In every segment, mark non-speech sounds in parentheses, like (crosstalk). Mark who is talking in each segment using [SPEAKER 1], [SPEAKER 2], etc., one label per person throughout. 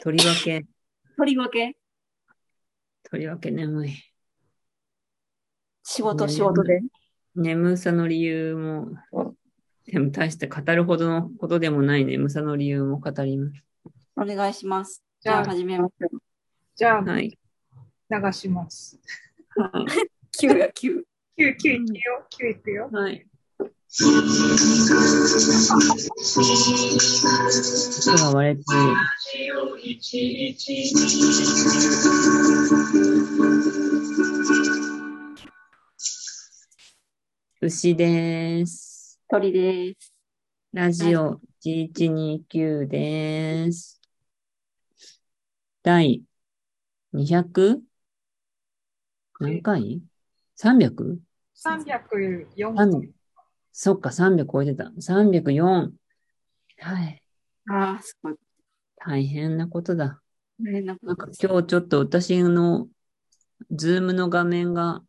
[SPEAKER 1] とりわけ、
[SPEAKER 2] とりわけ
[SPEAKER 1] とりわけ眠い。
[SPEAKER 2] 仕事、仕事で。
[SPEAKER 1] 眠さの理由も、でも大して語るほどのことでもない眠さの理由も語ります。
[SPEAKER 2] お願いします。じ
[SPEAKER 3] じ
[SPEAKER 2] ゃ
[SPEAKER 3] ゃ
[SPEAKER 2] あ
[SPEAKER 3] あ
[SPEAKER 2] 始めましょう。
[SPEAKER 3] じゃ
[SPEAKER 1] はい。
[SPEAKER 3] あ、流します。
[SPEAKER 1] は
[SPEAKER 2] 九や九。
[SPEAKER 3] 9、9いくよ。9いくよ。
[SPEAKER 1] い。はい。今割れて牛です。
[SPEAKER 2] 鳥です。
[SPEAKER 1] ラジオ1129です。第 200? 何回 ?300?
[SPEAKER 3] 304
[SPEAKER 1] あのそっか、300超えてた。304。はい。
[SPEAKER 2] ああ、すごい。
[SPEAKER 1] 大変なことだ。
[SPEAKER 2] 大変なこ
[SPEAKER 1] なん
[SPEAKER 2] と
[SPEAKER 1] か
[SPEAKER 2] です。
[SPEAKER 1] 今日ちょっと私のズームの画面が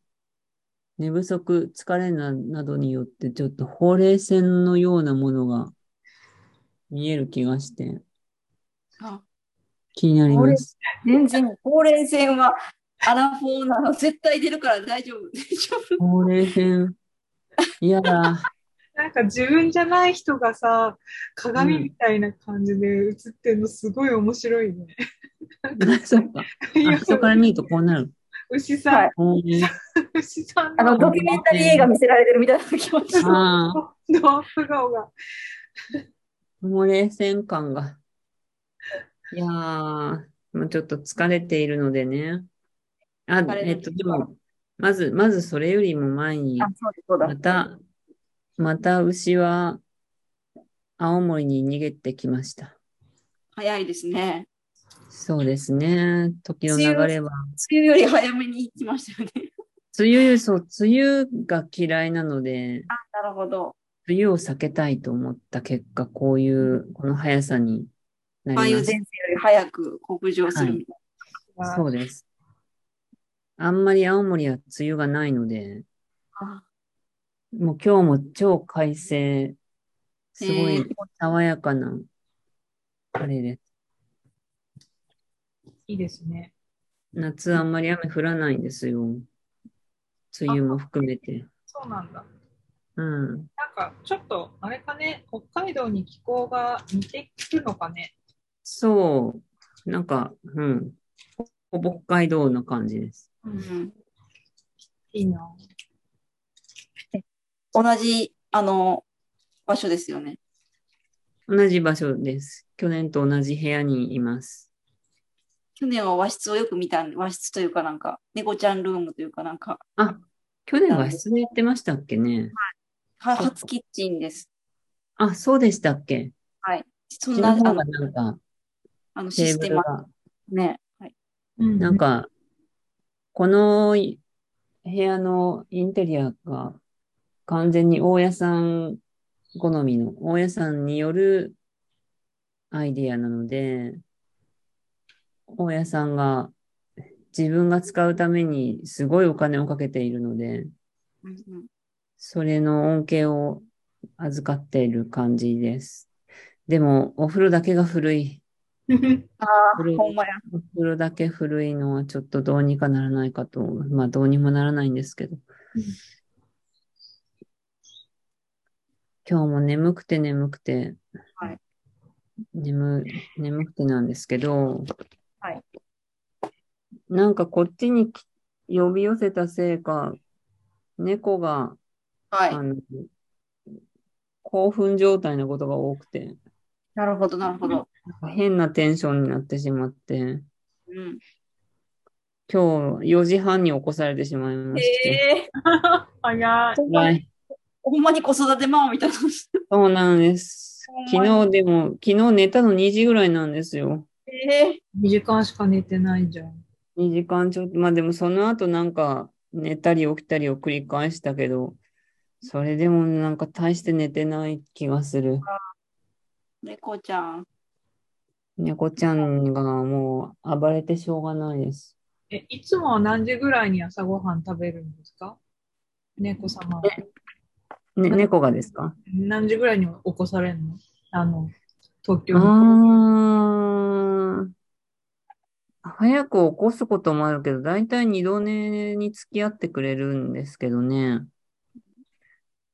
[SPEAKER 1] 寝不足、疲れななどによってちょっとほうれい線のようなものが見える気がして
[SPEAKER 2] あ
[SPEAKER 1] 気になります。
[SPEAKER 2] 全然、ほうれい線は、アラフォーなの、絶対出るから大丈夫。大丈夫。
[SPEAKER 1] ほうれい線。いやだ。
[SPEAKER 3] なんか自分じゃない人がさ、鏡みたいな感じで映ってるのすごい面白いね。
[SPEAKER 1] (laughs) そっか。
[SPEAKER 3] (laughs)
[SPEAKER 1] あ、人から見るとこうなる。
[SPEAKER 3] 牛さん、
[SPEAKER 2] はい
[SPEAKER 1] ほうれい (laughs)
[SPEAKER 3] 牛さん
[SPEAKER 2] あの、ドキュメンタリー映画見せられてるみたいな気持ち。
[SPEAKER 1] あー
[SPEAKER 3] ドアップ顔が。
[SPEAKER 1] ほうれい線感が。いやー、もうちょっと疲れているのでね。あ、
[SPEAKER 2] 疲れてる
[SPEAKER 1] えっと、でも、まず、まずそれよりも前に
[SPEAKER 2] あ、、そうだ、そうだ
[SPEAKER 1] ま。た、また牛は青森に逃げてきました。
[SPEAKER 2] 早いですね。
[SPEAKER 1] そうですね。時の流れは。
[SPEAKER 2] 梅雨より早めに行きましたよね。
[SPEAKER 1] 梅雨、そう、梅雨が嫌いなので、
[SPEAKER 2] (laughs) なるほど。
[SPEAKER 1] 梅雨を避けたいと思った結果、こういう、この速さになりま
[SPEAKER 2] 梅雨
[SPEAKER 1] した
[SPEAKER 2] 前線より早く北上するみたい
[SPEAKER 1] そうです。あんまり青森は梅雨がないので、
[SPEAKER 2] な。あ
[SPEAKER 1] もう今日も超快晴、すご
[SPEAKER 2] え
[SPEAKER 1] い
[SPEAKER 2] ー
[SPEAKER 1] 爽やかな、あれです。
[SPEAKER 3] いいですね。
[SPEAKER 1] 夏あんまり雨降らないんですよ。梅雨も含めて。
[SPEAKER 3] そうなんだ。
[SPEAKER 1] うん。
[SPEAKER 3] なんかちょっと、あれかね、北海道に気候が似てくるのかね。
[SPEAKER 1] そう。なんか、うん。ほぼ北海道の感じです。
[SPEAKER 3] う、
[SPEAKER 2] うんん
[SPEAKER 3] いいな。
[SPEAKER 2] 同じ、あの、場所ですよね。
[SPEAKER 1] 同じ場所です。去年と同じ部屋にいます。
[SPEAKER 2] 去年は和室をよく見たん、和室というかなんか、猫ちゃんルームというかなんか、
[SPEAKER 1] あ、去年は室でやってましたっけね。
[SPEAKER 2] は
[SPEAKER 1] そう
[SPEAKER 2] 初キッチンです。
[SPEAKER 1] あ、そうでしたっけ。
[SPEAKER 2] そん
[SPEAKER 1] うち
[SPEAKER 2] な、あ
[SPEAKER 1] の方
[SPEAKER 2] の
[SPEAKER 1] が、なんか、
[SPEAKER 2] あのシ
[SPEAKER 1] テー
[SPEAKER 2] ス
[SPEAKER 1] ブ
[SPEAKER 2] テ
[SPEAKER 1] ル
[SPEAKER 2] ム
[SPEAKER 1] が
[SPEAKER 2] ね。はい。
[SPEAKER 3] うん
[SPEAKER 1] なん、か、このい部屋のインテリアが完全に大家さん好みの、大家さんによるアイディアなので、大家さんが自分が使うためにすごいお金をかけているので、
[SPEAKER 2] うんうん
[SPEAKER 1] それの恩恵を預かっている感じです。でも、お風呂だけが古い。
[SPEAKER 2] ああ、
[SPEAKER 1] 古い
[SPEAKER 2] ほんまや。
[SPEAKER 1] お風呂だけ古いのはちょっとどうにかならないかと、まあどうにもならないんですけど。今日も眠くて眠くて、
[SPEAKER 2] はい
[SPEAKER 1] 眠、眠くてなんですけど、
[SPEAKER 2] はい
[SPEAKER 1] なんかこっちにき呼び寄せたせいか、猫が、
[SPEAKER 2] はい
[SPEAKER 1] あ。の、興奮状態のことが多くて、
[SPEAKER 2] なるほど、なるほど。
[SPEAKER 1] 変なテンションになってしまって、
[SPEAKER 2] うん。
[SPEAKER 1] 今日4時半に起こされてしまいまして。
[SPEAKER 2] ええ
[SPEAKER 3] (laughs) 早い。
[SPEAKER 2] ほんま
[SPEAKER 1] は
[SPEAKER 2] に、
[SPEAKER 1] い。
[SPEAKER 2] ほんまに子育てママみたいな。
[SPEAKER 1] そうなんです。
[SPEAKER 2] ほん
[SPEAKER 1] 昨
[SPEAKER 2] ま
[SPEAKER 1] 日でも、昨日寝たの2時ぐらいなんですよ。
[SPEAKER 2] ええ
[SPEAKER 3] 2時間しか寝てないじゃん。
[SPEAKER 1] 2時間ちょっと。まあでもその後なんか寝たり起きたりを繰り返したけど、それでもなんか大して寝てない気がする。
[SPEAKER 2] 猫ちゃん。
[SPEAKER 1] 猫ちゃんがもう暴れてしょうがないです。
[SPEAKER 3] え、いつもは何時ぐらいに朝ごはん食べるんですか猫様。
[SPEAKER 1] ね、猫がですか
[SPEAKER 3] 何時ぐらいに起こされるのあの、東
[SPEAKER 1] あ
[SPEAKER 3] 京の。
[SPEAKER 1] ー。早く起こすこともあるけど、だいたい二度寝に付き合ってくれるんですけどね。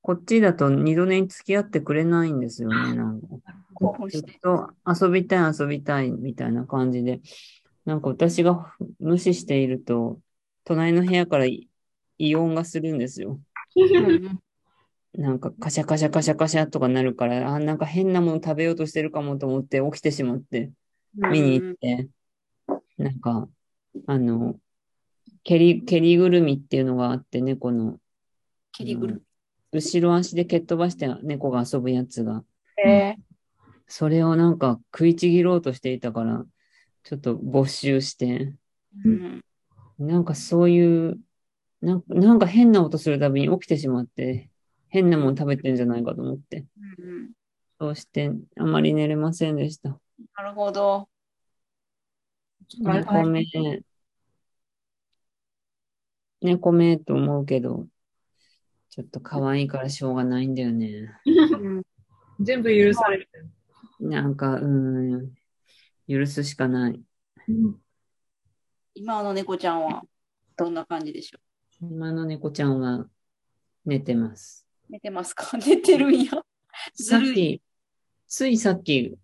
[SPEAKER 1] こっちだと二度寝に付き合ってくれないんですよね、なんか。
[SPEAKER 2] 興奮
[SPEAKER 1] ずっ
[SPEAKER 2] して。
[SPEAKER 1] と遊びたい遊びたいみたいな感じで、なんか私が無視していると、隣の部屋からい異音がするんですよ。なんかカシャカシャカシャカシャとかなるから、あ、なんか変なもの食べようとしてるかもと思って起きてしまって、見に行って、なんか、あの、蹴り、蹴りぐるみっていうのがあって、猫の、
[SPEAKER 2] 蹴りぐる
[SPEAKER 1] 後ろ足で蹴っ飛ばして猫が遊ぶやつが、
[SPEAKER 2] み。え
[SPEAKER 1] それをなんか食いちぎろうとしていたから、ちょっと没収して、
[SPEAKER 2] うん
[SPEAKER 1] なんかそういう、なんかなんか変な音するたびに起きてしまって、変なもん食べてんじゃないかと思って、
[SPEAKER 2] うん
[SPEAKER 1] そうしてあまり寝れませんでした。
[SPEAKER 2] なるほど。
[SPEAKER 1] 猫目、猫目と思うけど、ちょっと可愛いからしょうがないんだよね。
[SPEAKER 2] うん
[SPEAKER 3] 全部許される。
[SPEAKER 1] なんか、うん、許すしかない。
[SPEAKER 2] 今の猫ちゃんはどんな感じでしょ
[SPEAKER 1] 今の猫ちゃんは寝てます。
[SPEAKER 2] う寝てますか (laughs) 寝てるんや。
[SPEAKER 1] さ
[SPEAKER 2] ず
[SPEAKER 1] っ
[SPEAKER 2] るい。
[SPEAKER 1] き、ついさっき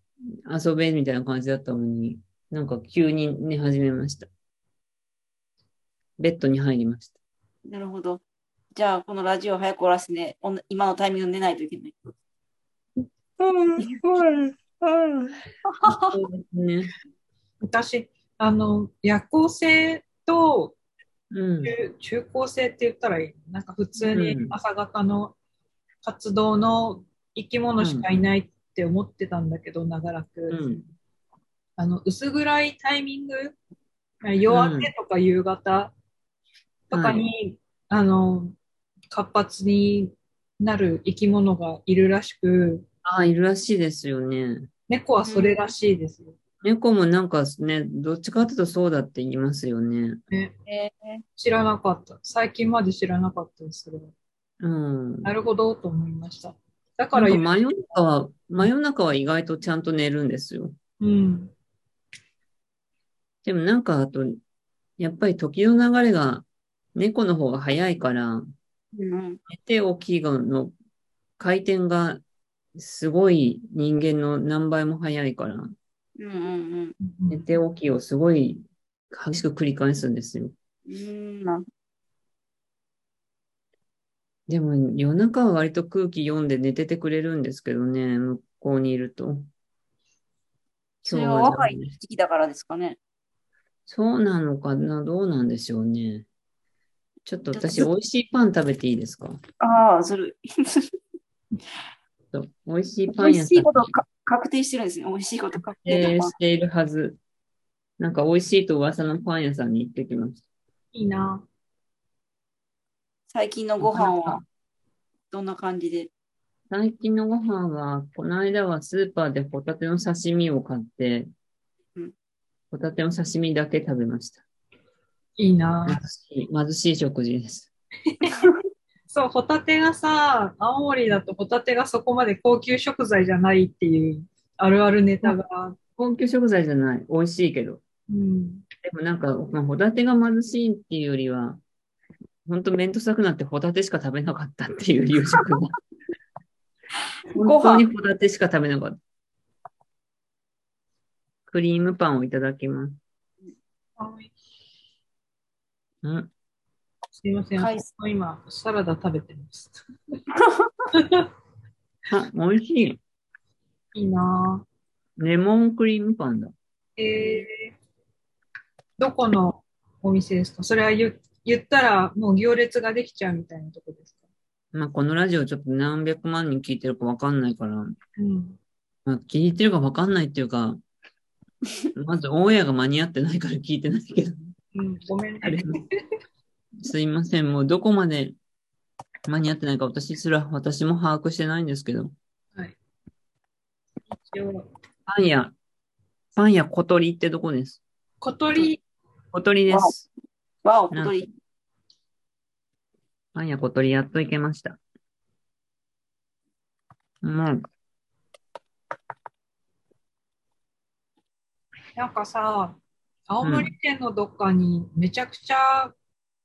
[SPEAKER 1] 遊べみたいな感じだったのに、なんか急に寝始めました。ベッドに入りました。
[SPEAKER 2] なるほど。じゃあ、このラジオ早く終わらせてね、おん今のタイミングで寝ないといけない。
[SPEAKER 1] そうですね。
[SPEAKER 3] 私、あの、夜行性と
[SPEAKER 1] うん。
[SPEAKER 3] 中中高生って言ったらいいなんか普通に
[SPEAKER 1] うん
[SPEAKER 3] 朝方の活動の生き物しかいないって思ってたんだけど、長らく、
[SPEAKER 1] うん。
[SPEAKER 3] あの薄暗いタイミング夜明けとか夕方とかに、あの活発になる生き物がいるらしく
[SPEAKER 1] ああ、いるらしいですよね。
[SPEAKER 3] 猫はそれらしいですよ、
[SPEAKER 1] 猫もなんかね、どっちかっていうとそうだって言いますよね。
[SPEAKER 3] ね
[SPEAKER 2] え
[SPEAKER 3] 知らなかった最近まで知らなかったですそれは
[SPEAKER 1] うん。
[SPEAKER 3] なるほどと思いましただか
[SPEAKER 1] なん
[SPEAKER 3] ら
[SPEAKER 1] か真夜中は、真夜中は意外とちゃんと寝るんですよ。
[SPEAKER 3] うん
[SPEAKER 1] でもなんかあと、やっぱり時の流れが猫の方が早いから、
[SPEAKER 2] うん、
[SPEAKER 1] 寝て起きがの回転がすごい人間の何倍も早いから、
[SPEAKER 2] うん、うん、
[SPEAKER 1] 寝て起きをすごい激しく繰り返すんですよ。
[SPEAKER 2] うん。うん、な
[SPEAKER 1] でも夜中は割と空気読んで寝ててくれるんですけどね、向こうにいると。
[SPEAKER 2] それは若い
[SPEAKER 1] 今日はダメです
[SPEAKER 2] 時期だからですかね。
[SPEAKER 1] そうなのかな、どうなんでしょうね。ちょっと私、
[SPEAKER 2] ちょ
[SPEAKER 1] 美
[SPEAKER 2] っ
[SPEAKER 1] 味しいパン食べていいですか
[SPEAKER 2] ああ、ずるい。
[SPEAKER 1] ちょっと美味しいパン
[SPEAKER 2] (laughs) 美
[SPEAKER 1] 屋
[SPEAKER 2] 味
[SPEAKER 1] さ
[SPEAKER 2] し
[SPEAKER 1] ん
[SPEAKER 2] いことか確定してるんですね。美味しいこと確定
[SPEAKER 1] えーしているはず。なんか美味しいと噂のパン屋さんに行ってきまし
[SPEAKER 3] いいな
[SPEAKER 2] 最近の
[SPEAKER 1] た。
[SPEAKER 2] ご飯はどんな感じで
[SPEAKER 1] 最近のご飯は、この間はスーパーでホタテの刺身を買って
[SPEAKER 2] うん、
[SPEAKER 1] ホタテの刺身だけ食べました。
[SPEAKER 3] いいな
[SPEAKER 1] 貧しい、貧しい食事です。
[SPEAKER 3] そう、ホタテがさ、青森だとホタテがそこまで高級食材じゃないっていう、あるあるネタが。
[SPEAKER 1] 高級食材じゃない。美味しいけど。
[SPEAKER 3] うん。
[SPEAKER 1] でもなんか、まあ、ホタテが貧しいっていうよりは、ほんと面倒くさくなってホタテしか食べなかったっていう夕食が。
[SPEAKER 2] (laughs) ご
[SPEAKER 1] 本
[SPEAKER 2] 飯
[SPEAKER 1] 当にホタテしか食べなかった。クリームパンをいただきます。うん。
[SPEAKER 3] すいません、
[SPEAKER 2] 海
[SPEAKER 3] 私も今、サラダ食べてます。
[SPEAKER 1] あ、美味しい。
[SPEAKER 3] いいな
[SPEAKER 1] レモンクリームパンだ。
[SPEAKER 3] ぁ。えー、どこのお店ですかそれは言言ったらもう行列ができちゃうみたいなとこですか
[SPEAKER 1] まあ、このラジオちょっと何百万人聞いてるかわかんないから、
[SPEAKER 3] うん。
[SPEAKER 1] まあ、聞いてるかわかんないっていうか、
[SPEAKER 2] (laughs)
[SPEAKER 1] まずオンエアが間に合ってないから聞いてないけど。
[SPEAKER 3] うん、ごめん
[SPEAKER 1] あ
[SPEAKER 3] ね
[SPEAKER 1] れ。すいません。もうどこまで間に合ってないか私すら、私も把握してないんですけど。
[SPEAKER 3] 一応
[SPEAKER 1] パン屋、パン屋小鳥ってどこです
[SPEAKER 3] 小鳥、
[SPEAKER 1] 小鳥です。
[SPEAKER 2] わお、小鳥。
[SPEAKER 1] パン屋小鳥やっと行けました。もう、
[SPEAKER 3] なんかさ、青森県のどっかにめちゃくちゃ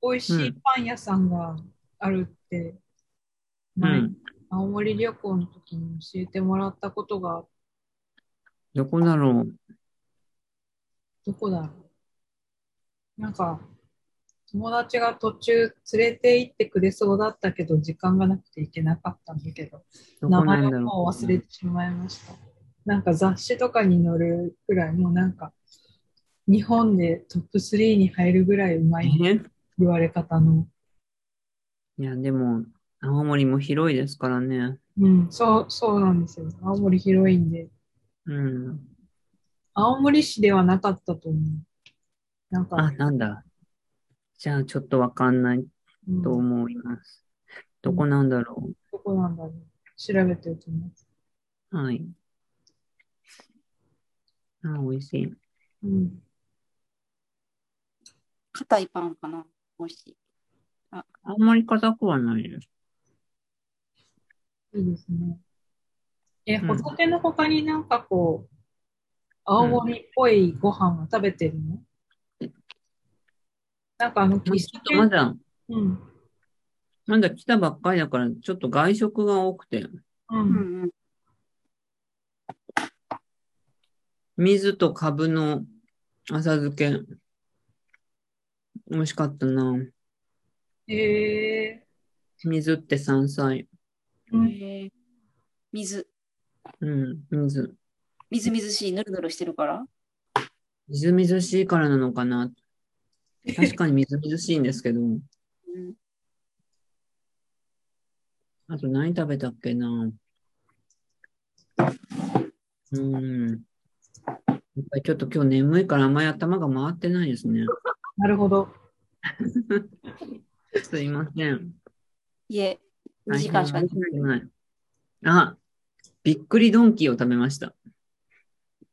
[SPEAKER 3] 美味しいパン屋さんがあるって、前
[SPEAKER 1] うん
[SPEAKER 3] 青森旅行の時に教えてもらったことが、
[SPEAKER 1] どこだろう。
[SPEAKER 3] どこだろう。なんか、友達が途中連れて行ってくれそうだったけど、時間がなくて行けなかったんだけど。
[SPEAKER 1] ど
[SPEAKER 3] 名
[SPEAKER 1] こな
[SPEAKER 3] 前
[SPEAKER 1] ん
[SPEAKER 3] を
[SPEAKER 1] だ
[SPEAKER 3] も
[SPEAKER 1] ろ
[SPEAKER 3] う
[SPEAKER 1] う。
[SPEAKER 3] 忘れてしまいました。なんか雑誌とかに載るくらい、もうなんか、日本でトップ3に入るぐらいうまい
[SPEAKER 1] え
[SPEAKER 3] 言われ方の。
[SPEAKER 1] いや、でも、青森も広いですからね。
[SPEAKER 3] うん、そう、そうなんですよ。青森広いんで。
[SPEAKER 1] うん。
[SPEAKER 3] 青森市ではなかったと思う。なん
[SPEAKER 1] あ、
[SPEAKER 3] か、
[SPEAKER 1] なんだ。じゃあ、ちょっとわかんない
[SPEAKER 3] うん、
[SPEAKER 1] と
[SPEAKER 3] ど
[SPEAKER 1] 思います。どこなんだろ
[SPEAKER 3] こなんだろう。調べておきます。
[SPEAKER 1] う。はい。あ、美味しい。
[SPEAKER 3] うん。
[SPEAKER 2] 硬いパンかな。美味しい。
[SPEAKER 1] あんまり硬くはないです。
[SPEAKER 3] いいですね。え、
[SPEAKER 1] うん
[SPEAKER 3] ホタテの他になんかこう、青森っぽいご飯は食べてるの、なんかあ
[SPEAKER 1] ま
[SPEAKER 3] の、
[SPEAKER 1] あちょ
[SPEAKER 3] 喫茶
[SPEAKER 1] っとま
[SPEAKER 3] 店、
[SPEAKER 1] だ、
[SPEAKER 3] うん、
[SPEAKER 1] まだ来たばっかりだから、ちょっと外食が多くて、
[SPEAKER 3] う
[SPEAKER 2] うん
[SPEAKER 3] ん、
[SPEAKER 2] うん。
[SPEAKER 1] 水とカブの浅漬け、美味しかったな。
[SPEAKER 3] え
[SPEAKER 1] 水って山菜。
[SPEAKER 3] ー、うん、
[SPEAKER 2] へー水、
[SPEAKER 1] うん、水。
[SPEAKER 2] みずみずしい、ぬるぬるしてるから。
[SPEAKER 1] みずみずしいからなのかな。確かにみずみずしいんですけど、
[SPEAKER 2] うん、
[SPEAKER 1] あと何食べたっけな。うん。やっぱりちょっと今日眠いからあんまり頭が回ってないですね。
[SPEAKER 3] なるほど。
[SPEAKER 1] すいません。
[SPEAKER 2] いえ、2
[SPEAKER 1] 大
[SPEAKER 2] 時
[SPEAKER 1] 変
[SPEAKER 2] 間しか寝て
[SPEAKER 1] 申し訳
[SPEAKER 2] ない。
[SPEAKER 1] ない。あ、びっくりドンキーを食べました。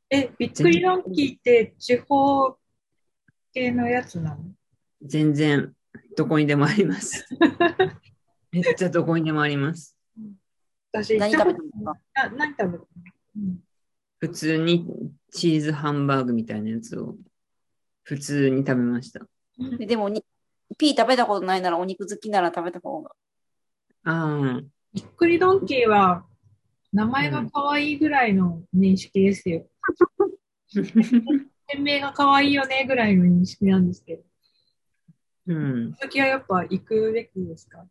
[SPEAKER 3] え、びっくりドンキーって地方系のやつなの
[SPEAKER 1] 全然、どこにでもあり
[SPEAKER 2] (laughs)
[SPEAKER 1] ます。めっちゃどこにでもあります。
[SPEAKER 3] 私、
[SPEAKER 2] 何食べたんですか
[SPEAKER 3] な何食べたの、うん、
[SPEAKER 1] 普通にチーズハンバーグみたいなやつを普通に食べました。
[SPEAKER 2] ででもに、ピー食べたことないならお肉好きなら食べた方が。
[SPEAKER 1] ああ、
[SPEAKER 3] びっくりドンキーは名前が可愛いぐらいの認識ですよ。店名が可愛いよねぐらいの認識なんですけど、
[SPEAKER 1] うん。
[SPEAKER 3] 続きはやっぱ行くべきですか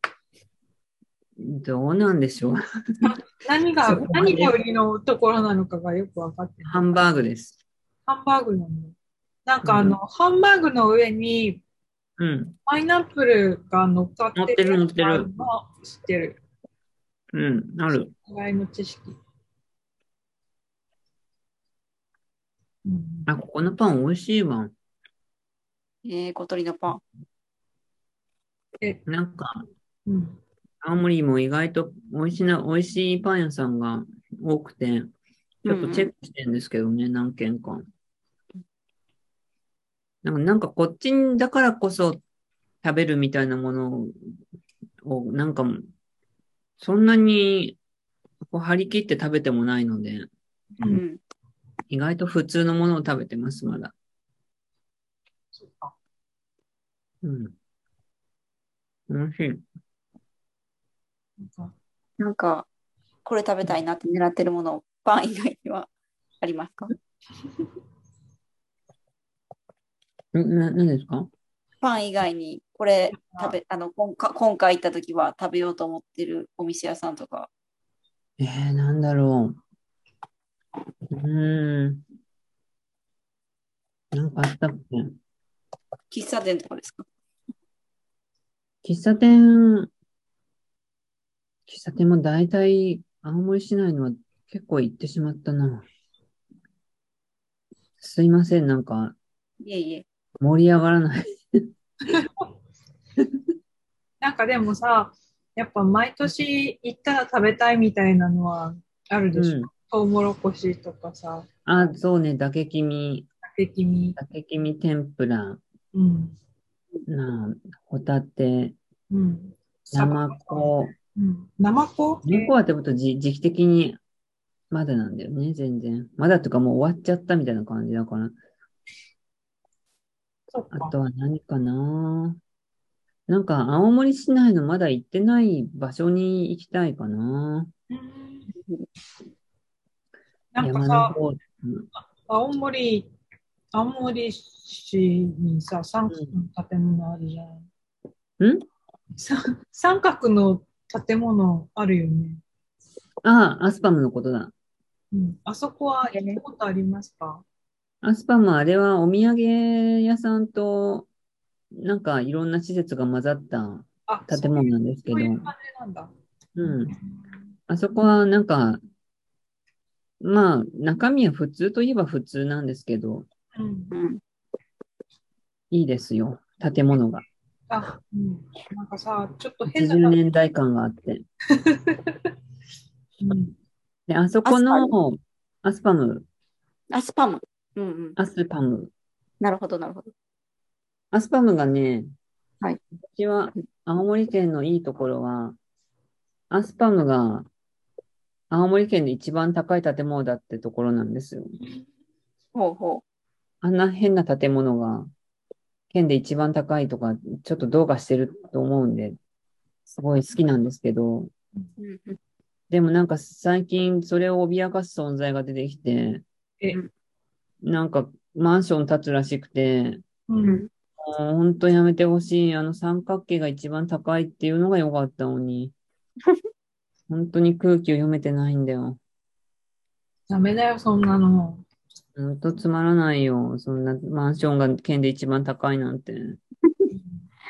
[SPEAKER 1] どうなんでしょう。
[SPEAKER 3] 何が
[SPEAKER 1] そう、
[SPEAKER 3] 何が売りのところなのかがよく分かってない。
[SPEAKER 1] ハンバーグです。
[SPEAKER 3] ハンバーグなの。なんかあの、ハンバーグの上に
[SPEAKER 1] うん。
[SPEAKER 3] パイナップルが乗っかって
[SPEAKER 1] 乗ってる乗って
[SPEAKER 3] の知ってる。
[SPEAKER 1] うん。ある。
[SPEAKER 3] お互いの知識。うん
[SPEAKER 1] あ、ここのパン美味しいわ。
[SPEAKER 2] えー、小鳥のパン。
[SPEAKER 1] なんか、
[SPEAKER 3] うん
[SPEAKER 1] 青森も意外と美味しいな、美味しいパン屋さんが多くて、ちょっとチェックしてるんですけどね、何軒か。なんか、なんかこっちだからこそ食べるみたいなものを、なんか、そんなにこう張り切って食べてもないので、
[SPEAKER 3] う
[SPEAKER 2] うんん。
[SPEAKER 1] 意外と普通のものを食べてます、まだ。
[SPEAKER 3] そっか
[SPEAKER 1] うん。美味しい。
[SPEAKER 3] なんか
[SPEAKER 2] なんか、これ食べたいなって狙ってるもの、パン以外にはありますか
[SPEAKER 1] んな、何ですか
[SPEAKER 2] パン以外に、これ食べ、あの、今回今回行った時は食べようと思ってるお店屋さんとか。
[SPEAKER 1] えー、なんだろう。うーん。なんかあったっけ
[SPEAKER 2] 喫茶店とかですか
[SPEAKER 1] 喫茶店、喫茶店も大体、青森市内のは結構行ってしまったな。すいません、なんか
[SPEAKER 2] いえいえ。
[SPEAKER 1] 盛り上がらない。
[SPEAKER 3] なんかでもさ、やっぱ毎年行ったら食べたいみたいなのはあるでしょ。
[SPEAKER 1] うん。
[SPEAKER 3] トウモロコシとかさ、
[SPEAKER 1] あ、そうね、だけ君、
[SPEAKER 3] 竹きみ。
[SPEAKER 1] だけ君天ぷら、
[SPEAKER 3] うん。
[SPEAKER 1] なあ、ホタテ、
[SPEAKER 3] うん。
[SPEAKER 1] ナマコ。
[SPEAKER 3] うん。ナマコ
[SPEAKER 1] ナマコはってこと時時期的にまだなんだよね、全然。まだとかもう終わっちゃったみたいな感じだから。
[SPEAKER 3] そっ
[SPEAKER 1] あ
[SPEAKER 3] か。
[SPEAKER 1] とは何かな。なんか青森市内のまだ行ってない場所に行きたいかな。
[SPEAKER 3] うん
[SPEAKER 2] うん
[SPEAKER 3] なんか
[SPEAKER 1] 山の
[SPEAKER 3] さ、
[SPEAKER 1] 方。
[SPEAKER 3] 青森、青森市にさ、三角の建物あるじゃん。
[SPEAKER 1] ん
[SPEAKER 3] さ三角の建物あるよね。
[SPEAKER 1] ああ、アスパムのことだ。
[SPEAKER 3] うん、あそこは行ったことありますか
[SPEAKER 1] アスパムあれはお土産屋さんとなんかいろんな施設が混ざった
[SPEAKER 3] あ、
[SPEAKER 1] 建物なんですけ
[SPEAKER 3] そ
[SPEAKER 1] ど、
[SPEAKER 3] ういう感じなんだ。
[SPEAKER 1] うん。あそこはなんか、まあ中身は普通といえば普通なんですけど、
[SPEAKER 3] うん。
[SPEAKER 2] うん
[SPEAKER 1] いいですよ、建物が。
[SPEAKER 3] あ、うん。なんかさ、ちょっと変
[SPEAKER 1] 80
[SPEAKER 3] な
[SPEAKER 1] 年代感があって。
[SPEAKER 3] うん
[SPEAKER 1] で、あそこ
[SPEAKER 2] アス
[SPEAKER 1] の、アスパム、
[SPEAKER 2] アスパム。うんうん。
[SPEAKER 1] アスパム。
[SPEAKER 2] なるほど、なるほど。
[SPEAKER 1] アスパムがね、
[SPEAKER 2] はい
[SPEAKER 1] 私は青森県のいいところは、アスパムが青森県で一番高い建物だってところなんですよ。
[SPEAKER 2] ほうほ
[SPEAKER 1] あんな変な建物が県で一番高いとか、ちょっとどうかしてると思うんで、すごい好きなんですけど、
[SPEAKER 2] う。うんうん
[SPEAKER 1] でもなんか最近それを脅かす存在が出てきて、
[SPEAKER 3] え
[SPEAKER 1] なんかマンション建つらしくて、
[SPEAKER 3] うん
[SPEAKER 2] う
[SPEAKER 1] も
[SPEAKER 2] ん
[SPEAKER 1] う本当やめてほしい。あの三角形が一番高いっていうのが良かったのに。本当に空気を読めてないんだよ。
[SPEAKER 3] ダメだよ、そんなの。
[SPEAKER 1] 本当つまらないよ。そんなマンションが県で一番高いなんて。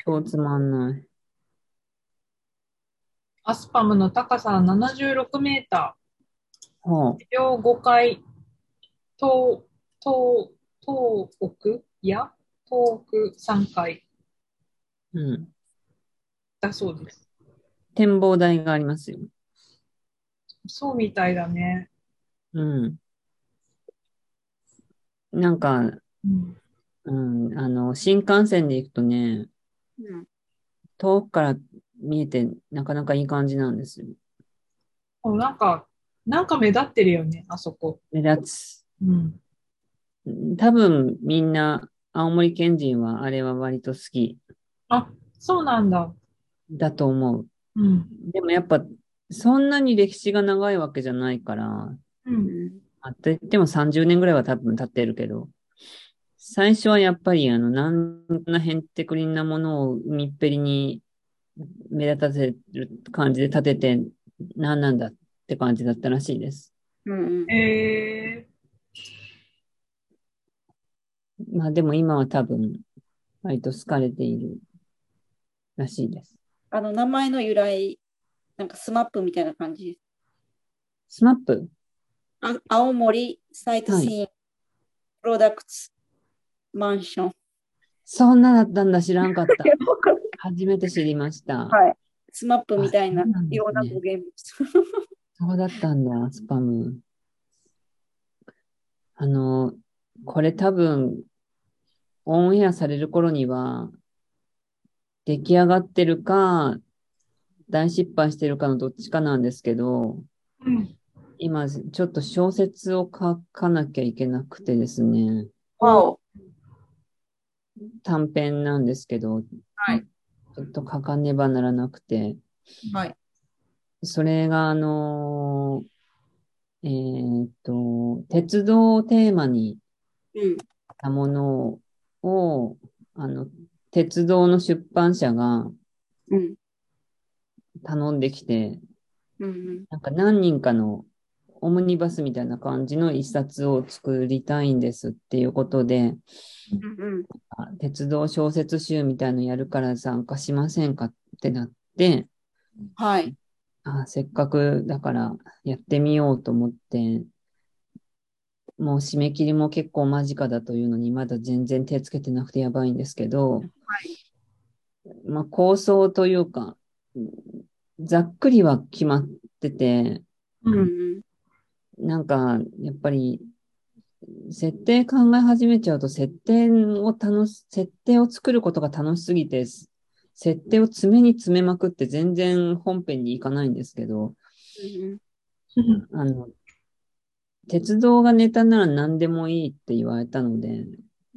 [SPEAKER 1] 超つまんない。
[SPEAKER 3] アスパムの高さ76メータ
[SPEAKER 1] は
[SPEAKER 3] ー、地上5階、東、東、東奥や東奥3階
[SPEAKER 1] あ、うん。
[SPEAKER 3] だそうです。
[SPEAKER 1] 展望台がありますよ。
[SPEAKER 3] そうみたいだね。
[SPEAKER 1] うん。なんか、
[SPEAKER 3] うん、
[SPEAKER 1] うん、あの、新幹線で行くとね、
[SPEAKER 2] うん
[SPEAKER 1] 遠くから見えてなかなかいい感じなんですよ。
[SPEAKER 3] もうなんか、なんか目立ってるよね、あそこ。
[SPEAKER 1] 目立つ。
[SPEAKER 3] うん。
[SPEAKER 1] うん多分みんな、青森県人はあれは割と好き
[SPEAKER 3] あ、そうなんだ。
[SPEAKER 1] だと思う。
[SPEAKER 3] うん。
[SPEAKER 1] でもやっぱ、そんなに歴史が長いわけじゃないから、
[SPEAKER 3] う。
[SPEAKER 2] うんん
[SPEAKER 1] あって言っても30年ぐらいは多分経ってるけど、最初はやっぱりあの、なんなへんてくりんなものを海っぺりに目立たせる感じで立てて、なんなんだって感じだったらしいです。
[SPEAKER 2] うんうん
[SPEAKER 3] え
[SPEAKER 1] まあでも今は多分、割と好かれているらしいです。
[SPEAKER 2] あの名前の由来、なんかスマップみたいな感じです。
[SPEAKER 1] スマップ
[SPEAKER 2] あ青森サイトシーン、プロダクツ、マンション。
[SPEAKER 1] そんなだったんだ知らんか (laughs) った。初めて知りました。
[SPEAKER 2] はい。スマップみたいな
[SPEAKER 1] あそうなんですね、
[SPEAKER 2] いろんな語源です。
[SPEAKER 1] そうだったんだ、スパム。あの、これ多分、オンエアされる頃には、出来上がってるか、大失敗してるかのどっちかなんですけど、
[SPEAKER 3] ー。うん。
[SPEAKER 1] 今、ちょっと小説を書かなきゃいけなくてですね、
[SPEAKER 2] (laughs) わお。
[SPEAKER 1] 短編なんですけど、
[SPEAKER 2] はい
[SPEAKER 1] ちょっと書かねばならなくて、
[SPEAKER 2] はい。
[SPEAKER 1] それが、あのえーっと、鉄道をテーマに
[SPEAKER 2] うん。
[SPEAKER 1] したものを、あの、鉄道の出版社が
[SPEAKER 2] うん。
[SPEAKER 1] 頼んできて、
[SPEAKER 2] うんうん。
[SPEAKER 1] なんか何人かのオムニバスみたいな感じの一冊を作りたいんですっていうことで、
[SPEAKER 2] うん
[SPEAKER 1] あ鉄道小説集みたいのやるから参加しませんかってなって、
[SPEAKER 2] はい。
[SPEAKER 1] あ、せっかくだからやってみようと思って、もう締め切りも結構間近だというのにまだ全然手つけてなくてやばいんですけど、まあ構想というか、うんざっくりは決まってて、
[SPEAKER 2] う
[SPEAKER 3] う
[SPEAKER 2] ん
[SPEAKER 3] ん。
[SPEAKER 2] うん。
[SPEAKER 1] なんかやっぱり設定考え始めちゃうと設定を楽し、設定を作ることが楽しすぎて、設定を詰めに詰めまくって全然本編に行かないんですけど、
[SPEAKER 2] うん
[SPEAKER 3] うん
[SPEAKER 1] あの、鉄道がネタなら何でもいいって言われたので、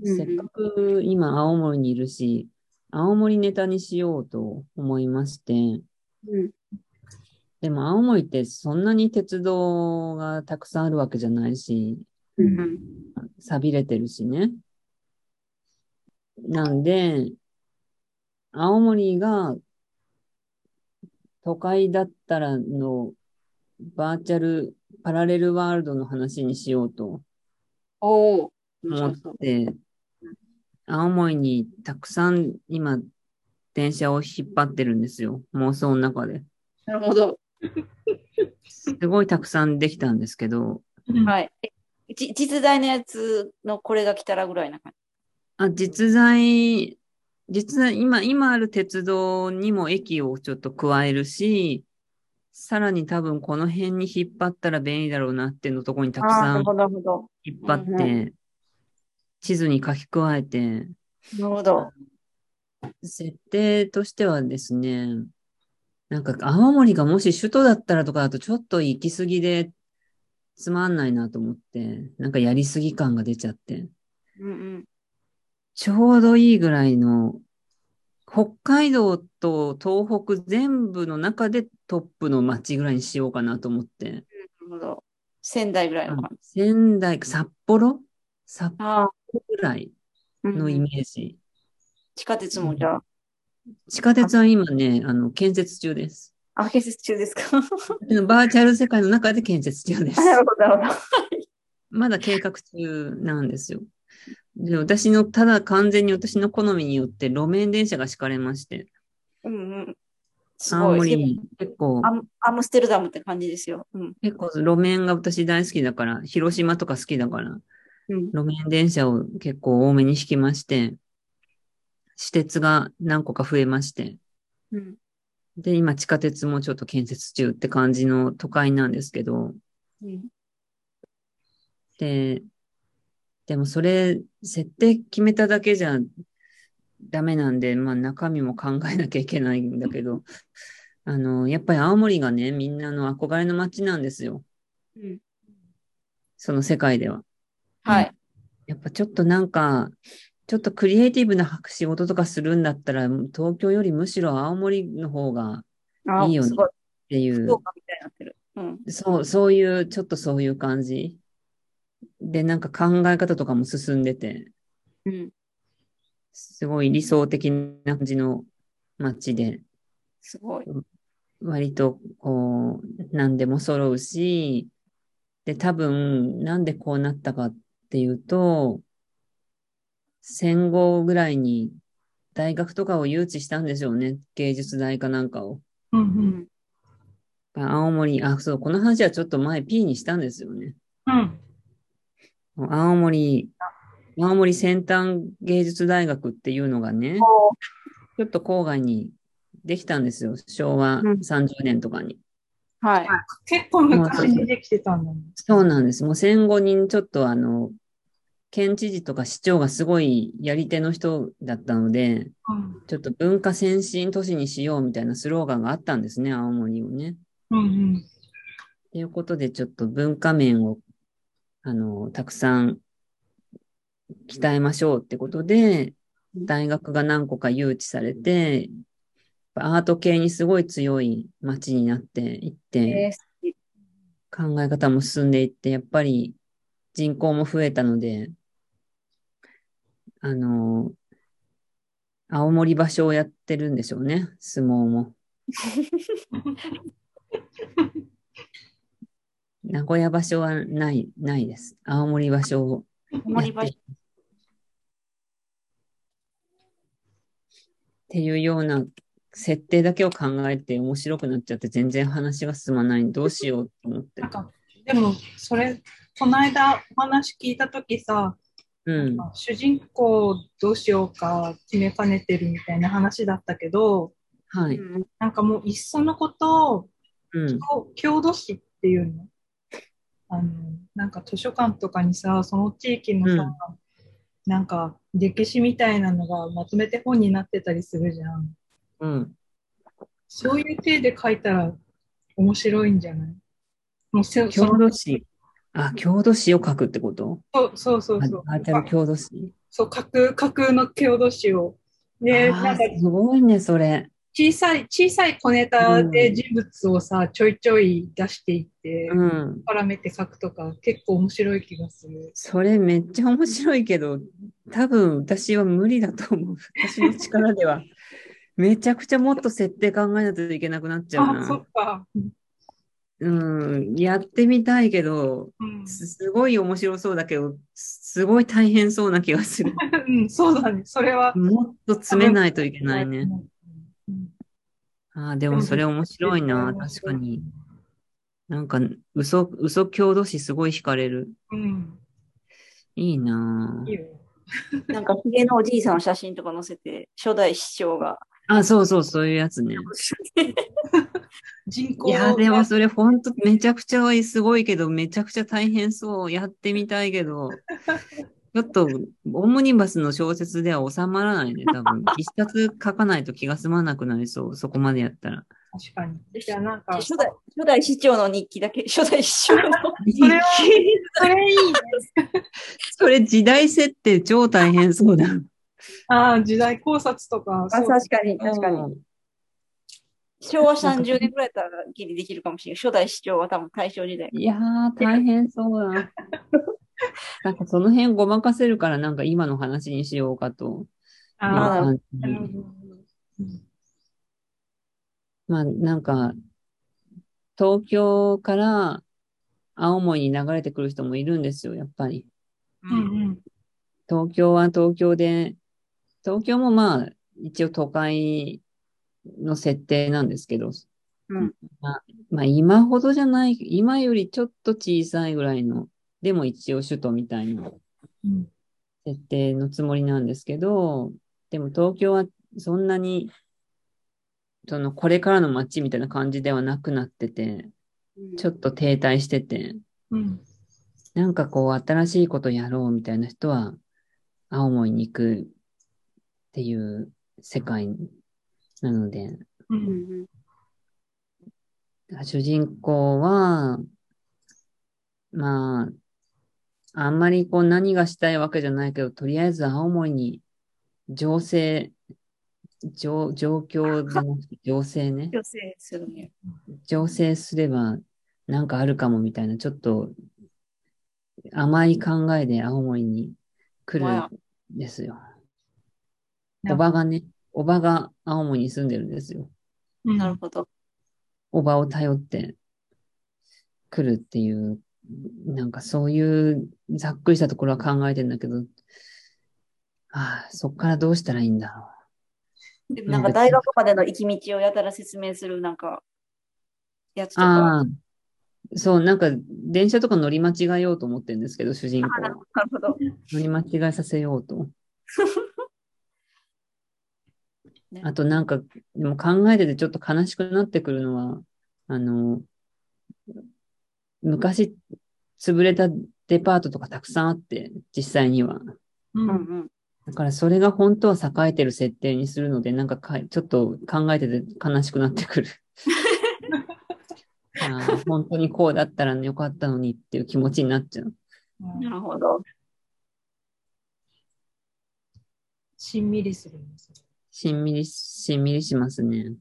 [SPEAKER 2] うん
[SPEAKER 1] せっかく今青森にいるし、青森ネタにしようと思いまして、
[SPEAKER 2] うん。
[SPEAKER 1] でも青森ってそんなに鉄道がたくさんあるわけじゃないし、
[SPEAKER 2] うんう
[SPEAKER 3] うん
[SPEAKER 2] ん。
[SPEAKER 1] 錆びれてるしね。なんで、青森が都会だったらのバーチャルパラレルワールドの話にしようと
[SPEAKER 2] おお。面
[SPEAKER 1] 思
[SPEAKER 2] 白
[SPEAKER 1] っ
[SPEAKER 2] そう。
[SPEAKER 1] て、青森にたくさん今電車を引っ張ってるんですよ。妄想の中で。
[SPEAKER 2] なるほど。
[SPEAKER 1] すごいたくさんできたんですけど、
[SPEAKER 3] うん
[SPEAKER 2] はい。えじ実在のやつのこれが来たらぐらいな感
[SPEAKER 1] あ、実在、実在、今、今ある鉄道にも駅をちょっと加えるし、さらに多分この辺に引っ張ったら便利だろうなっていうのとこに
[SPEAKER 2] じ。
[SPEAKER 1] たくさん
[SPEAKER 2] ああ、なるほど。
[SPEAKER 1] 引っ張っ
[SPEAKER 2] うん
[SPEAKER 1] て、地図に書き加えて、
[SPEAKER 2] なるほど。
[SPEAKER 1] 設定としてはですね、なんか青森がもし首都だったらとかだとちょっと行き過ぎでつまんないなと思って、なんかやりすぎ感が出ちゃって。
[SPEAKER 2] うんうん。
[SPEAKER 1] ちょうどいいぐらいの、北海道と東北全部の中でトップの町ぐらいにしようかなと思って。
[SPEAKER 2] なるほど。仙台ぐらいの感じ。
[SPEAKER 1] 仙台、札幌札幌
[SPEAKER 2] ああ。
[SPEAKER 1] ぐらい
[SPEAKER 2] うん
[SPEAKER 1] のイメージ。
[SPEAKER 2] 地下鉄もじゃあ、
[SPEAKER 1] 地下鉄は今ね、あの、建設中です。
[SPEAKER 2] あ、建設中ですか
[SPEAKER 1] バーチャル世界の中で建設中です
[SPEAKER 2] あ。なるほど、なるほど。
[SPEAKER 1] まだ計画中なんですよ。で、私の、ただ完全に私の好みによって路面電車が敷かれまして、
[SPEAKER 2] (laughs) うんうん。す
[SPEAKER 1] 青
[SPEAKER 2] ご
[SPEAKER 1] 森
[SPEAKER 2] い。
[SPEAKER 1] に結構
[SPEAKER 2] ア、ムアムステルダムって感じですよ。うん。
[SPEAKER 1] 結構路面が私大好きだから、広島とか好きだから、
[SPEAKER 2] うん。
[SPEAKER 1] 路面電車を結構多めに引きまして、私鉄が何個か増えまして、
[SPEAKER 2] うん。
[SPEAKER 1] で、今地下鉄もちょっと建設中って感じの都会なんですけど、
[SPEAKER 2] うん。
[SPEAKER 1] で、でもそれ、設定決めただけじゃダメなんで、まあ中身も考えなきゃいけないんだけど、あの、やっぱり青森がね、みんなの憧れの街なんですよ。
[SPEAKER 2] うん。
[SPEAKER 1] その世界では。
[SPEAKER 2] はい。
[SPEAKER 1] やっぱちょっとなんか、ちょっとクリエイティブな仕事とかするんだったら、東京よりむしろ青森の方がっ
[SPEAKER 2] あ
[SPEAKER 1] いいよね
[SPEAKER 2] すごい。
[SPEAKER 1] てい
[SPEAKER 2] 福
[SPEAKER 1] う、
[SPEAKER 2] 岡みたいになってる。うん。
[SPEAKER 1] そう、そういう、ちょっとそういう感じ。で、なんか考え方とかも進んでて、
[SPEAKER 2] うん。
[SPEAKER 1] すごい理想的な感じの街で、
[SPEAKER 2] すごい。
[SPEAKER 1] 割とこう、何でも揃うし、で、多分、なんでこうなったかっていうと、戦後ぐらいに大学とかを誘致したんでしょうね。芸術大かなんかを。
[SPEAKER 3] うんう
[SPEAKER 2] うんん。
[SPEAKER 1] 青森、あ、そう、この話はちょっと前 P にしたんですよね。
[SPEAKER 3] うん
[SPEAKER 1] 青森、青森先端芸術大学っていうのがね、ちょっと郊外にできたんですよ。昭和
[SPEAKER 2] うん
[SPEAKER 1] 30年とかに。
[SPEAKER 2] はい。
[SPEAKER 3] 結構昔にできてたんだね。
[SPEAKER 1] そうなんです。もう戦後にちょっとあの、県知事とか市長がすごいやり手の人だったので、
[SPEAKER 3] うん
[SPEAKER 1] ちょっと文化先進都市にしようみたいなスローガンがあったんですね、青森をね。
[SPEAKER 3] うん
[SPEAKER 1] ということで、ちょっと文化面を、あの、たくさん鍛えましょうってことで、大学が何個か誘致されて、アート系にすごい強い街になっていって、
[SPEAKER 2] えー
[SPEAKER 1] 考え方も進んでいって、やっぱり人口も増えたので、あの、青森場所をやってるんでしょうね、相撲
[SPEAKER 2] (laughs)
[SPEAKER 1] も。名古屋場所はない、ないです。青森場所を
[SPEAKER 2] 青森場
[SPEAKER 1] や
[SPEAKER 2] 所
[SPEAKER 1] ってっていうような設定だけを考えて面白くなっちゃって全然話が進まない。どうしようと思って
[SPEAKER 3] なん。かでもそれこの間お話聞いた時さ、
[SPEAKER 1] うん。
[SPEAKER 3] 主人公どうしようか決めかねてるみたいな話だったけど
[SPEAKER 1] はい。
[SPEAKER 2] うん
[SPEAKER 3] なんかもういっそのこと
[SPEAKER 1] うん。
[SPEAKER 3] 郷土史っていうのあのなんか図書館とかにさその地域のさ、なんか歴史みたいなのがまとめて本になってたりするじゃん
[SPEAKER 1] うん。
[SPEAKER 3] そういう体で書いたら面白いんじゃないもうせそ
[SPEAKER 1] 郷
[SPEAKER 3] の
[SPEAKER 1] 土史。あ、郷土史を書くってこと
[SPEAKER 3] そうそうそうそう
[SPEAKER 1] バーチャル郷土史。
[SPEAKER 3] そう、架空、架空の郷土史を。で、
[SPEAKER 1] あー
[SPEAKER 3] なんか
[SPEAKER 1] すごいね、それ。
[SPEAKER 3] 小さい、小さい小ネタで人物をさ、ちょいちょい出していって、
[SPEAKER 1] うん。
[SPEAKER 3] 絡めて書くとか、結構面白い気がする。
[SPEAKER 1] それめっちゃ面白いけど、多分私は無理だと (laughs) 思う。私の力では。めちゃくちゃもっと設定考えないといけなくなっちゃう
[SPEAKER 3] あ、そ
[SPEAKER 1] な
[SPEAKER 3] っ。か。
[SPEAKER 1] うん。やってみたいけど、
[SPEAKER 3] うん、 (laughs)
[SPEAKER 1] すすごい面白そうだけど、すごい大変そうな気がす (laughs) る。
[SPEAKER 3] うん、そうだね。それは。
[SPEAKER 1] もっと詰めないといけないね。
[SPEAKER 3] うん。
[SPEAKER 1] ああ、でもそれ面白いな、確かに。なんか、嘘、嘘郷土史すごい惹かれる。
[SPEAKER 3] うん。
[SPEAKER 1] いいない
[SPEAKER 3] いよ。
[SPEAKER 2] なんか、ひげのおじいさんの写真とか載せて、初代市長が。
[SPEAKER 1] あ、そうそう、そういうやつね。
[SPEAKER 3] 人口
[SPEAKER 1] いや、でも
[SPEAKER 3] が
[SPEAKER 1] それほんとめちゃくちゃすごいけど、めちゃくちゃ大変そう。やってみたいけど、 (laughs) ちょっと、オムニバスの小説では収まらないね、多分。一冊書かないと気が済まなくなりそう、そこまでやったら。
[SPEAKER 3] 確かに。じゃあなんか、
[SPEAKER 2] 初代、初代市長の日記だけ、 (laughs) 初代市長の。
[SPEAKER 3] それは、それいいね。
[SPEAKER 1] それ時代設定超大変そうだ。
[SPEAKER 3] ああ、時代考察とか、そう
[SPEAKER 2] かに、
[SPEAKER 1] うん。
[SPEAKER 2] 昭和30年ぐらいだったらギリできるかもしれない。初代市長は多分大正時代。
[SPEAKER 1] いやー、大変そうだ。 (laughs) なんかその辺ごまかせるから、なんか今の話にしようかと。
[SPEAKER 3] あ
[SPEAKER 1] いう
[SPEAKER 3] あ、な
[SPEAKER 1] 感
[SPEAKER 3] るほ
[SPEAKER 1] じ
[SPEAKER 3] どうん
[SPEAKER 1] まあ、なんか、東京から青森に流れてくる人もいるんですよ、やっぱり。
[SPEAKER 3] うんうん。
[SPEAKER 1] 東京は東京で、東京もまあ、一応都会の設定なんですけど、
[SPEAKER 2] うん
[SPEAKER 1] まあ、まあ今ほどじゃない、今よりちょっと小さいぐらいの、でも一応首都みたいな
[SPEAKER 3] うん
[SPEAKER 1] 設定のつもりなんですけど、でも東京はそんなに、そのこれからの街みたいな感じではなくなってて、ちょっと停滞してて、
[SPEAKER 3] うん。
[SPEAKER 1] なんかこう新しいことやろうみたいな人は、青森に行くっていう世界なので、
[SPEAKER 2] う
[SPEAKER 3] う
[SPEAKER 2] ん
[SPEAKER 3] ん。
[SPEAKER 1] 主人公は、まあ、あんまりこう何がしたいわけじゃないけど、とりあえず青森に情勢、状状況じゃなくて情勢ね。
[SPEAKER 2] 女性するね。
[SPEAKER 1] 調整すればなんかあるかもみたいな、ちょっと甘い考えで青森に来る
[SPEAKER 2] わあ
[SPEAKER 1] んですよ。
[SPEAKER 3] な
[SPEAKER 1] おばがね、おばが青森に住んでるんですよ。
[SPEAKER 3] うん
[SPEAKER 2] なるほど。
[SPEAKER 1] おばを頼って来るっていう、なんかそういうざっくりしたところは考えてんだけど、ああ、そっからどうしたらいいんだろう。
[SPEAKER 2] でなんか大学までの行き道をやたら説明する、なんか、やつとか。
[SPEAKER 1] ああ、そう、なんか電車とか乗り間違えようと思ってるんですけど、主人公
[SPEAKER 2] あな
[SPEAKER 1] は
[SPEAKER 2] る。ほど。
[SPEAKER 1] 乗り間違えさせようと
[SPEAKER 2] ね。
[SPEAKER 1] あとなんか、でも考えててちょっと悲しくなってくるのは、あの、昔潰れたデパートとかたくさんあって、実際には。
[SPEAKER 3] う
[SPEAKER 2] うんんうん。
[SPEAKER 1] だからそれが本当は栄えてる設定にするので、なんかかちょっと考えてて悲しくなってくる。あー本当にこうだったらよかったのにっていう気持ちになっちゃう。
[SPEAKER 2] なるほど。
[SPEAKER 3] しんみりするんですよ。
[SPEAKER 1] しんみり、しんみりしますね。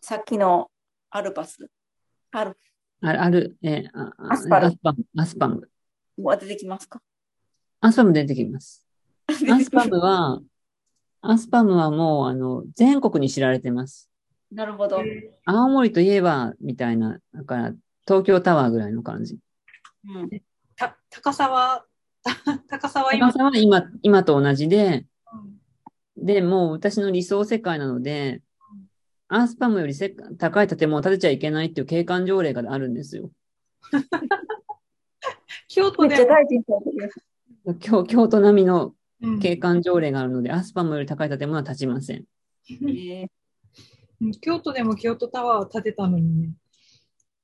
[SPEAKER 2] さっきのアルバス。アル
[SPEAKER 1] ある、ある、えーああ
[SPEAKER 2] アスパル
[SPEAKER 1] アスパム、アスパム。
[SPEAKER 2] もう出てきますか
[SPEAKER 1] アスパム出てきます。アスパムは、アスパムはもう、あの、全国に知られてます。
[SPEAKER 2] (laughs) なるほど。
[SPEAKER 1] 青森といえば、みたいな、だから、東京タワーぐらいの感じ。
[SPEAKER 2] うん
[SPEAKER 3] た高さは、た高さは今
[SPEAKER 1] 高、さは今、今と同じで、
[SPEAKER 3] うん
[SPEAKER 1] で、もう私の理想世界なので、アスパムよりせ高い建物を建てちゃいけないっていう景観条例があるんですよ。
[SPEAKER 2] め
[SPEAKER 3] 京都
[SPEAKER 2] っちゃ
[SPEAKER 3] で、
[SPEAKER 2] 大臣されてる
[SPEAKER 1] 京京都並みの
[SPEAKER 3] うん
[SPEAKER 1] 景観条例があるので、アスパムより高い建物は建ちません。
[SPEAKER 2] えー
[SPEAKER 3] うん京都でも京都タワー建てたのにね。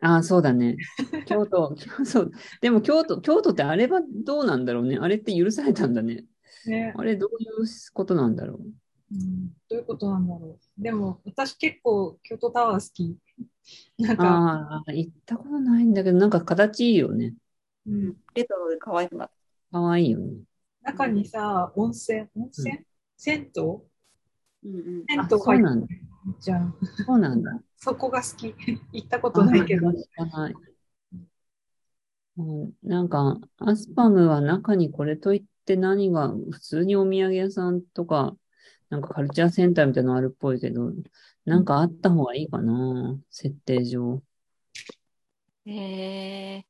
[SPEAKER 1] ああ、そうだね。京都、 (laughs) 京都、でも京都、京都ってあれはどうなんだろうね。あれって許されたんだね。
[SPEAKER 3] ね
[SPEAKER 1] あれどういうことなんだろう。
[SPEAKER 3] うんどういうことなんだろう。でも、私結構京都タワー好き。なんか、
[SPEAKER 1] ああ、行ったことないんだけど、なんか形いいよね。
[SPEAKER 3] うん
[SPEAKER 2] レトロで可愛くなっ
[SPEAKER 1] かわいいよね。
[SPEAKER 3] 中にさ、温泉、温泉、
[SPEAKER 1] う
[SPEAKER 3] 銭湯
[SPEAKER 2] うんうん。
[SPEAKER 3] 銭
[SPEAKER 1] あ
[SPEAKER 3] 湯
[SPEAKER 1] そう
[SPEAKER 3] 入
[SPEAKER 1] な
[SPEAKER 3] っ
[SPEAKER 1] んだ。
[SPEAKER 3] じゃん。
[SPEAKER 1] そうなんだ。
[SPEAKER 3] そこが好き。 (laughs) 行ったことないけど
[SPEAKER 1] あ。知らないうん、なんか、アスパムは中にこれといって何が、普通にお土産屋さんとか、なんかカルチャーセンターみたいなのあるっぽいけど、なんかあった方がいいかな、設定上。
[SPEAKER 2] へえ